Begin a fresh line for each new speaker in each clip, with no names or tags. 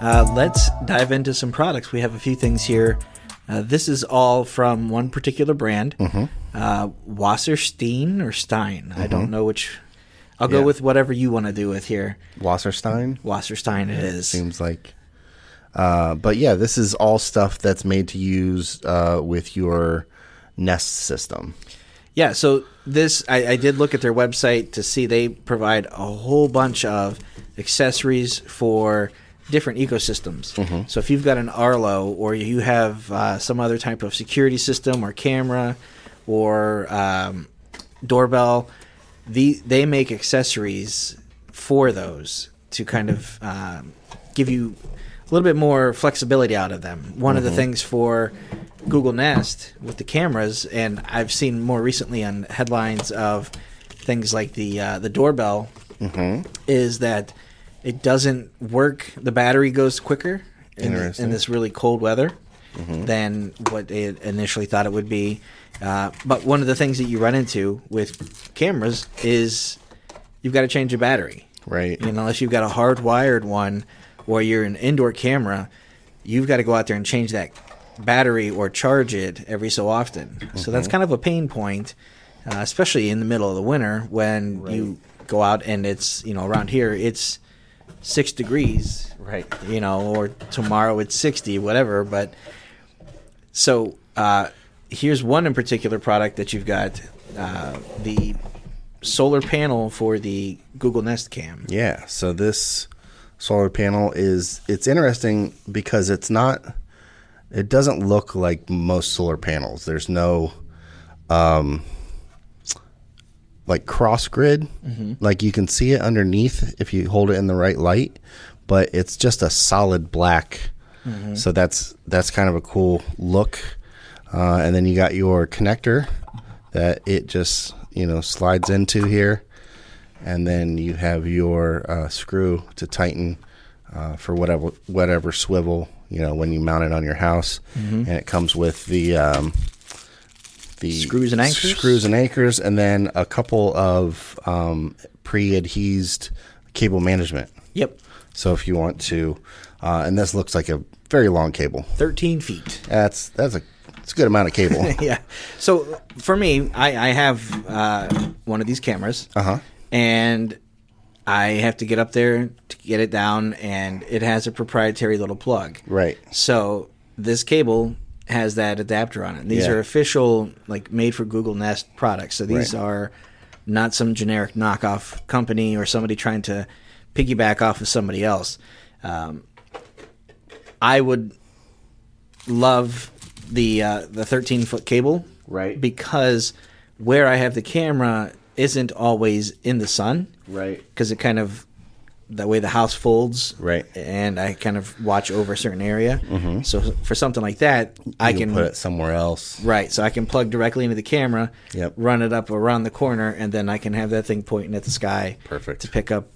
Uh, let's dive into some products. We have a few things here. Uh, this is all from one particular brand, uh, Wasserstein or Stein. I don't know which. I'll go
Yeah.
with whatever you want to do with here.
Wasserstein
Wasserstein it is.
seems like. Uh, but yeah, this is all stuff that's made to use uh, with your Nest system.
Yeah, so this I, I did look at their website to see they provide a whole bunch of accessories for different ecosystems. So if you've got an Arlo or you have uh, some other type of security system or camera or um, doorbell, the they make accessories for those to kind of um, give you a little bit more flexibility out of them. One of the things for Google Nest with the cameras, and I've seen more recently on headlines of things like the uh, the doorbell, is that it doesn't work. The battery goes quicker in, th- in
Interesting.
this really cold weather than what it initially thought it would be. Uh, but one of the things that you run into with cameras is you've got to change the battery.
Right.
And unless you've got a hardwired one or you're an indoor camera, you've got to go out there and change that battery or charge it every so often. So that's kind of a pain point, uh, especially in the middle of the winter when you go out and it's, you know, around here, it's six degrees
Right.
you know, or tomorrow it's 60, whatever. But so uh, here's one in particular product that you've got uh, the solar panel for the Google Nest Cam.
Yeah. So this solar panel is it's interesting because it's not it doesn't look like most solar panels. There's no um like cross grid. Like you can see it underneath if you hold it in the right light, but it's just a solid black. So that's that's kind of a cool look. Uh, and then you got your connector that it just you know slides into here and then you have your uh, screw to tighten uh, for whatever whatever swivel you know when you mount it on your house,
Mm-hmm.
and it comes with the um, the
Screws and anchors?
screws and anchors, and then a couple of um, pre-adhesed cable management.
Yep,
So if you want to, uh, and this looks like a very long cable.
13 feet.
That's that's a it's a good amount of cable.
yeah. So for me, I, I have uh, one of these cameras.
Uh-huh.
And I have to get up there to get it down, and it has a proprietary little plug.
Right.
So this cable has that adapter on it. These
Yeah.
are official, like made for Google Nest products. So these
Right.
are not some generic knockoff company or somebody trying to piggyback off of somebody else. Um, I would love the uh, the 13 foot cable,
Right.
Because where I have the camera isn't always in the sun,
Right.
Because it kind of that way the house folds,
Right. Mm-hmm.
And I kind of watch over a certain area. So for something like that, I
You
can
put it somewhere else.
right. So I can plug directly into the camera,
Yep.
run it up around the corner, and then I can have that thing pointing at the sky,
Perfect.
to pick up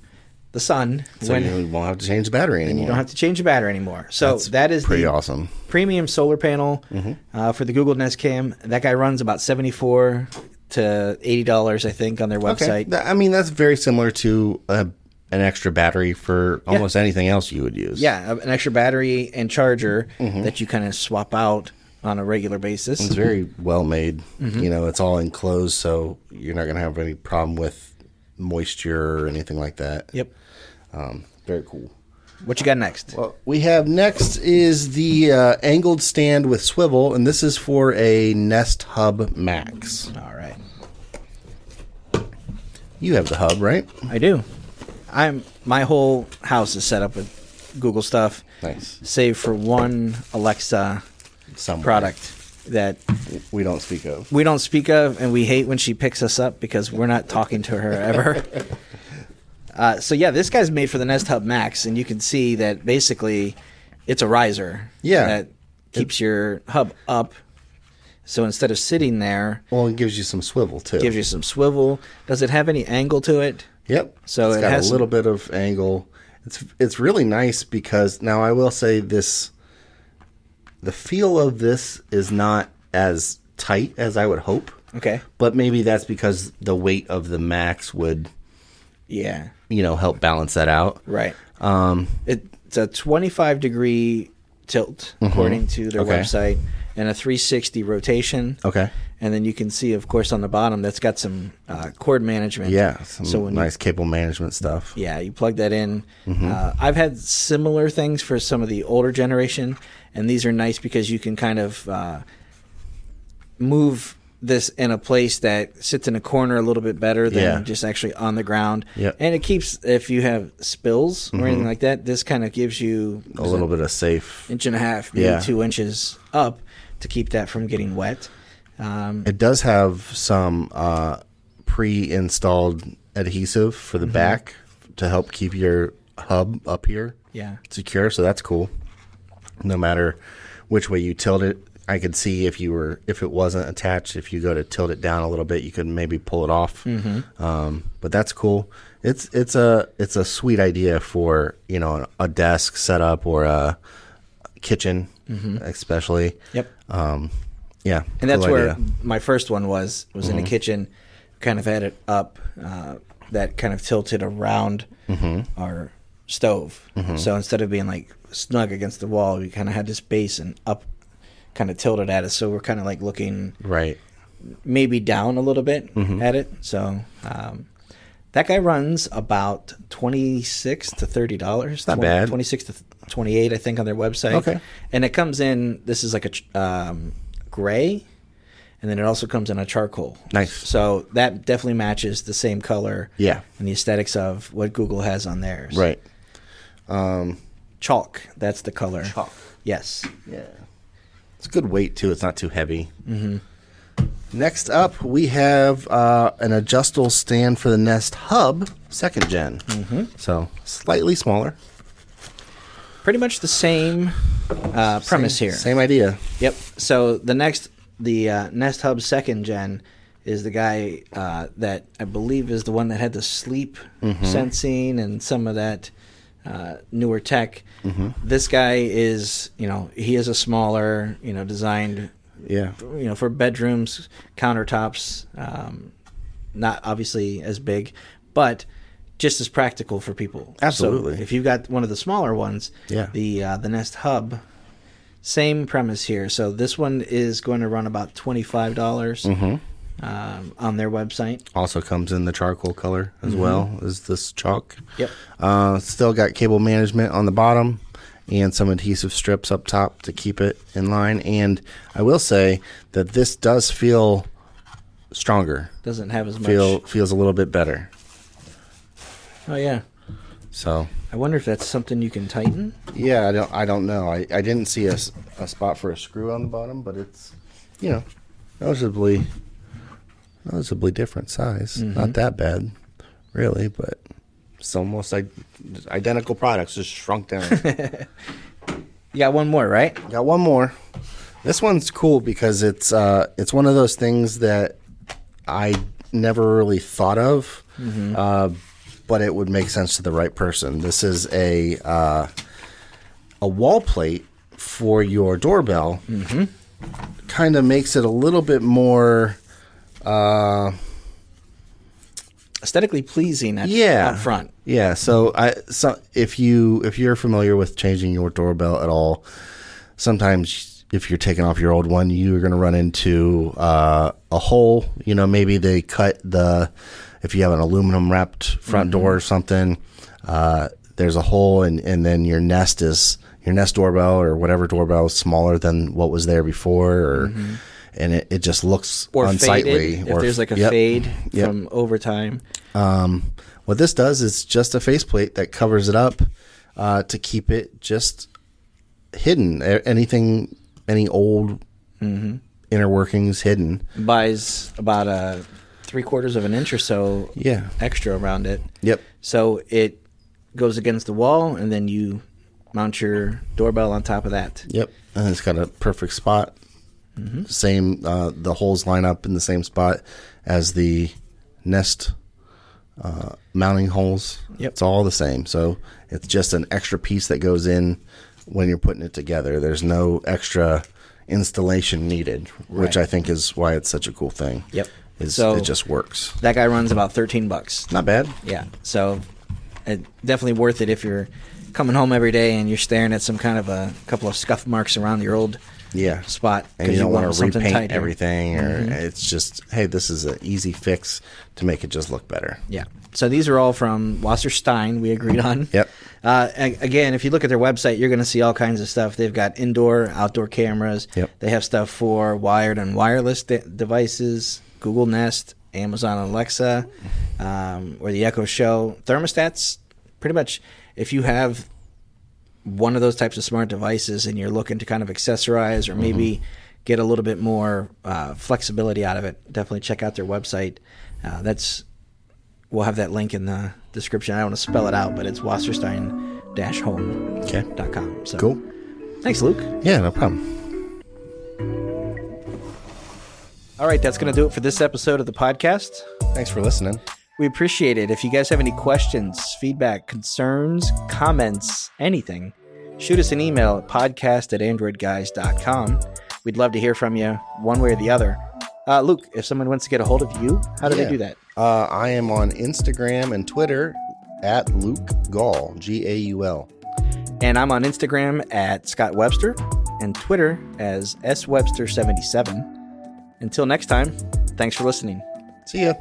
the sun
So
when
you won't have to change the battery anymore.
you don't have to change the battery anymore. So
That's
that is
pretty
the
awesome.
premium solar panel
Mm-hmm.
uh, for the Google Nest Cam. That guy runs about seventy four to eighty dollars, I think, on their website.
That- I mean, that's very similar to uh an extra battery for almost anything else you would use.
Yeah, an extra battery and charger
Mm-hmm.
that you kind of swap out on a regular basis.
It's very well made.
Mm-hmm.
You know, it's all enclosed, so you're not going to have any problem with moisture or anything like that.
Yep.
Very cool.
What you got next?
Well, we have next is the uh, angled stand with swivel, and this is for a Nest Hub Max.
All right.
You have the hub, right?
I do. I'm my whole house is set up with Google stuff.
Nice.
Save for one Alexa
Some
product that
we don't speak of.
we don't speak of and we hate when she picks us up because we're not talking to her ever. Uh, so yeah, this guy's made for the Nest Hub Max, and you can see that basically it's a riser.
Yeah.
that keeps your hub up. So instead of sitting there,
Well, it gives you some swivel too.
gives you some swivel. Does it have any angle to it?
Yep.
So
it's
it
got
has
a little bit of angle. It's it's really nice because now I will say this the feel of this is not as tight as I would hope.
Okay.
But maybe that's because the weight of the max would,
Yeah.
you know, help balance that out.
Right.
Um
It it's a 25 degree tilt according to their
Mm-hmm. Okay.
website and a 360 rotation.
Okay.
And then you can see, of course, on the bottom that's got some uh, cord management.
Yeah. Some
so when you
nice Mm-hmm. cable management stuff.
yeah, you plug that in. Uh, I've had similar things for some of the older generation, and these are nice because you can kind of uh, move this in a place that sits in a corner a little bit better than
Yeah.
just actually on the ground.
Yep. Mm-hmm.
And it keeps, if you have spills or anything like that, this kind of gives you
A little bit of safe.
inch and a half, maybe
Yeah.
two inches up to keep that from getting wet. Um,
It does have some uh, pre-installed adhesive for
Mm-hmm.
the back to help keep your hub up here
yeah.
secure. So that's cool. No matter which way you tilt it, I could see if you were if it wasn't attached. If you go to tilt it down a little bit, you could maybe pull it off.
Mm-hmm.
Um, but that's cool. It's it's a it's a sweet idea for you know a desk setup or a kitchen, especially.
Yep.
Um, yeah,
Mm-hmm. and that's
cool
where
idea. Mm-hmm.
my first one was was in the kitchen kind of had it up uh, that kind of tilted around
Mm-hmm.
our stove so instead of being like snug against the wall we kind of had this base and up kind of tilted at us so we're kind of like looking
right.
maybe down a little bit
Mm-hmm.
at it so um, that guy runs about 26 to 30 dollars
Not bad.
26 to th- 28 i think on their website
Okay.
and it comes in this is like a ch- um, gray and then it also comes in a charcoal
Nice.
so that definitely matches the same color
Yeah.
and the aesthetics of what google has on theirs
Right.
chalk that's the color
Chalk.
yes
Yeah. It's good weight too. It's not too heavy.
Mm-hmm.
Next up, we have uh, an adjustable stand for the Nest Hub second general
Mm-hmm.
So slightly smaller.
pretty much the same uh, premise here
Same idea.
Yep. So the next, the uh, Nest Hub second gen is the guy uh, that I believe is the one that had the sleep sensing and some of that uh, newer tech. This guy is, you know, he is a smaller, you know, designed,
Yeah.
you know, for bedrooms, countertops, um, not obviously as big, but just as practical for people. So
Absolutely.
if you've got one of the smaller ones,
Yeah.
the uh, the Nest Hub, same premise here. So this one is going to run about twenty five dollars
Mm-hmm.
um, on their website.
Also comes in the charcoal color as
Mm-hmm.
well as this chalk.
Yep.
Uh, still got cable management on the bottom and some adhesive strips up top to keep it in line. And I will say that this does feel stronger.
Doesn't have as much.
Feel feels a little bit better.
Oh yeah.
So
I wonder if that's something you can tighten.
yeah, I don't I don't know. I, I didn't see a, s- a spot for a screw on the bottom, but it's you know noticeably noticeably different size. Not that bad, really, but it's almost like identical products just shrunk down.
You got one more, right?
Got one more. This one's cool because it's uh, it's one of those things that I never really thought of, uh, but it would make sense to the right person. This is a uh, a wall plate for your doorbell. Kind of makes it a little bit more. Uh,
Aesthetically pleasing at,
yeah
up front.
yeah so i so if you if you're familiar with changing your doorbell at all sometimes if you're taking off your old one you're going to run into uh, a hole you know maybe they cut the if you have an aluminum wrapped front
Mm-hmm.
door or something uh, there's a hole and and then your nest is your nest doorbell or whatever doorbell is smaller than what was there before or and it, it just looks
Mm-hmm. Or
unsightly
faded.
or
if there's like a
yep.
fade
Yep.
from overtime.
Um, what this does is just a faceplate that covers it up uh, to keep it just hidden. A- Anything, any old inner workings hidden.
buys about a three quarters of an inch or so
Yeah.
extra around it.
Yep.
So it goes against the wall, and then you mount your doorbell on top of that.
Yep. And it's got a perfect spot.
Mm-hmm.
Same, uh, the holes line up in the same spot as the nest uh, mounting holes.
Yep.
It's all the same. So it's just an extra piece that goes in when you're putting it together. There's no extra installation needed,
Right.
which I think is why it's such a cool thing.
Yep.
Is
So-
it just works.
That guy runs about thirteen bucks.
Not bad.
Yeah. So it, definitely worth it if you're coming home every day and you're staring at some kind of a couple of scuff marks around your old
Yeah.
spot
and you don't want to
something
repaint
tighter. Mm-hmm.
everything, or it's just hey, this is an easy fix to make it just look better.
Yeah. So these are all from Wasser Stein. We agreed on.
Yep.
Uh, a- again, if you look at their website, you're going to see all kinds of stuff. They've got indoor, outdoor cameras.
Yep.
They have stuff for wired and wireless de- devices, Google Nest, Amazon Alexa, um, or the Echo Show thermostats. Pretty much, if you have one of those types of smart devices and you're looking to kind of accessorize or maybe get a little bit more uh, flexibility out of it, definitely check out their website. Uh, that's we'll have that link in the description. I don't want to spell it out, but it's wasserstein-home.com.
Okay.
So
Cool.
Thanks, Luke.
Yeah, no problem.
All right, that's going to do it for this episode of the podcast.
Thanks for listening.
We appreciate it. If you guys have any questions, feedback, concerns, comments, anything, shoot us an email at podcast at androidguys.com. We'd love to hear from you one way or the other. Uh, Luke, if someone wants to get a hold of you, how do
Yeah.
they do that?
Uh, I am on Instagram and Twitter at Luke Gall G A U L.
And I'm on Instagram at Scott Webster and Twitter as swebster77. Until next time, thanks for listening.
See ya.